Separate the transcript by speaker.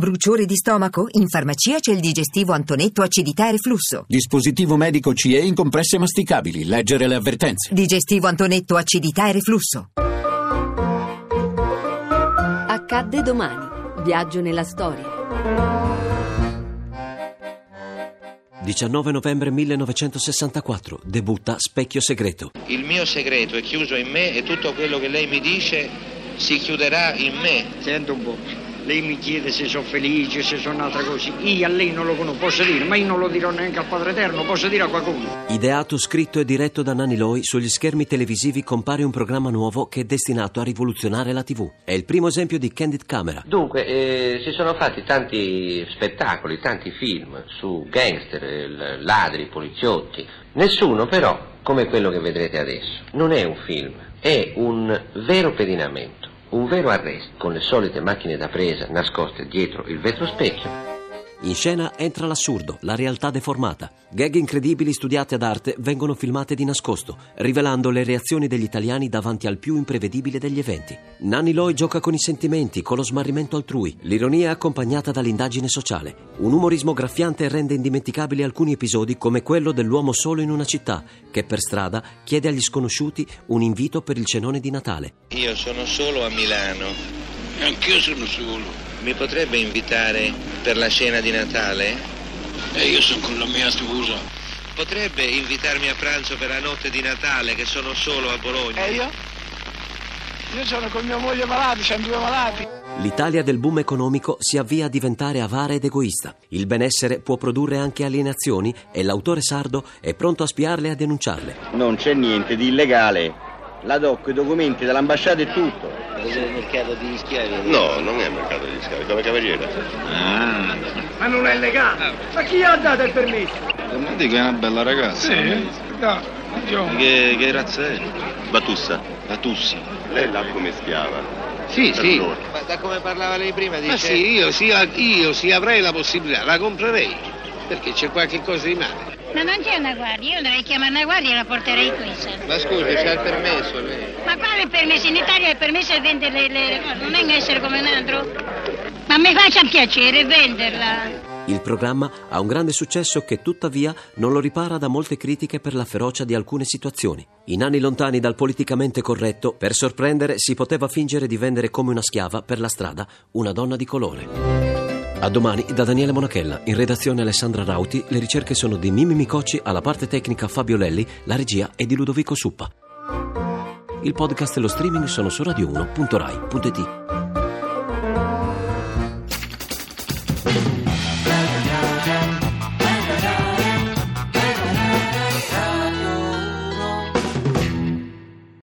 Speaker 1: Bruciore di stomaco? In farmacia c'è il digestivo Antonetto acidità e reflusso.
Speaker 2: Dispositivo medico CE in compresse masticabili. Leggere le avvertenze.
Speaker 1: Digestivo Antonetto acidità e reflusso.
Speaker 3: Accadde domani. Viaggio nella storia.
Speaker 4: 19 novembre 1964 debutta Specchio Segreto.
Speaker 5: Il mio segreto è chiuso in me e tutto quello che lei mi dice si chiuderà in me.
Speaker 6: Senta un po', lei mi chiede se sono felice, se sono altra cosa. Io a lei non lo conosco, posso dire, ma io non lo dirò neanche al Padre Eterno, posso dire a qualcuno.
Speaker 4: Ideato, scritto e diretto da Nanni Loi, sugli schermi televisivi compare un programma nuovo che è destinato a rivoluzionare la TV. È il primo esempio di candid camera.
Speaker 7: Dunque, eh, si sono fatti tanti spettacoli, tanti film su gangster, eh, l- ladri, poliziotti. Nessuno però, come quello che vedrete adesso, non è un film, è un vero pedinamento, un vero arresto, con le solite macchine da presa nascoste dietro il vetro specchio.
Speaker 4: In scena entra l'assurdo, la realtà deformata. Gag incredibili studiate ad arte vengono filmate di nascosto, rivelando le reazioni degli italiani davanti al più imprevedibile degli eventi. Nanni Loi gioca con i sentimenti, con lo smarrimento altrui, l'ironia è accompagnata dall'indagine sociale. Un umorismo graffiante rende indimenticabili alcuni episodi come quello dell'uomo solo in una città, che per strada chiede agli sconosciuti un invito per il cenone di Natale.
Speaker 5: Io sono solo a Milano.
Speaker 8: Anch'io sono solo.
Speaker 5: Mi potrebbe invitare per la cena di Natale?
Speaker 8: E Eh, io sono con la mia sposa.
Speaker 5: Potrebbe invitarmi a pranzo per la notte di Natale che sono solo a Bologna?
Speaker 8: E Eh, io? Io sono con mia moglie malati, siamo due malati.
Speaker 4: L'Italia del boom economico si avvia a diventare avara ed egoista. Il benessere può produrre anche alienazioni e l'autore sardo è pronto a spiarle e a denunciarle.
Speaker 9: Non c'è niente di illegale. La DOC, i documenti dall'ambasciata e tutto.
Speaker 10: No, non è mercato di schiavi, come cavaliere.
Speaker 6: Ma non è legale. Ma chi ha dato il permesso?
Speaker 8: Ma dico, è una bella ragazza. Sì, dai,
Speaker 10: Che, che razza è? Batussa. Batussi. Lei l'ha come schiava.
Speaker 8: Sì,
Speaker 10: Per
Speaker 8: sì.
Speaker 10: loro.
Speaker 5: Ma da come parlava lei prima dice...
Speaker 8: Ma sì, io sì, io sì avrei la possibilità, la comprerei, perché c'è qualche cosa di male.
Speaker 11: Ma non c'è una guardia, io dovrei chiamare una guardia e la porterei qui. sa.
Speaker 5: Ma scusi, c'ha il permesso lei?
Speaker 11: Ma quale permesso? In Italia il permesso è vendere le, le cose, non venga a essere come un altro. Ma mi faccia piacere venderla.
Speaker 4: Il programma ha un grande successo che tuttavia non lo ripara da molte critiche per la ferocia di alcune situazioni. In anni lontani dal politicamente corretto, per sorprendere si poteva fingere di vendere come una schiava per la strada una donna di colore. A domani da Daniele Monachella, in redazione Alessandra Rauti, le ricerche sono di Mimmi Micocci, alla parte tecnica Fabio Lelli, la regia è di Ludovico Suppa. Il podcast e lo streaming sono su radio1.rai.it.